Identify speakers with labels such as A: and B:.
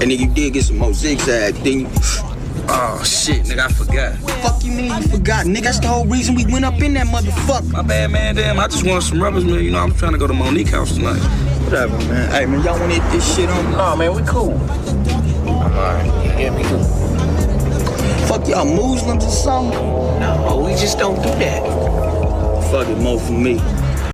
A: And then you did get some more zigzag. Then you.
B: Oh shit, nigga, I forgot.
A: Fuck you mean you forgot, nigga? That's the whole reason we went up in that motherfucker.
B: My bad, man. Damn, I just want some rubbers, man. You know, I'm trying to go to Monique house tonight.
A: Whatever, man. Hey, man, y'all want to hit this shit on?
C: No, man, we cool. I'm alright. You hear me?
A: Fuck y'all, Muslims or something?
C: No, we just don't do that.
A: Fuck it, more for me.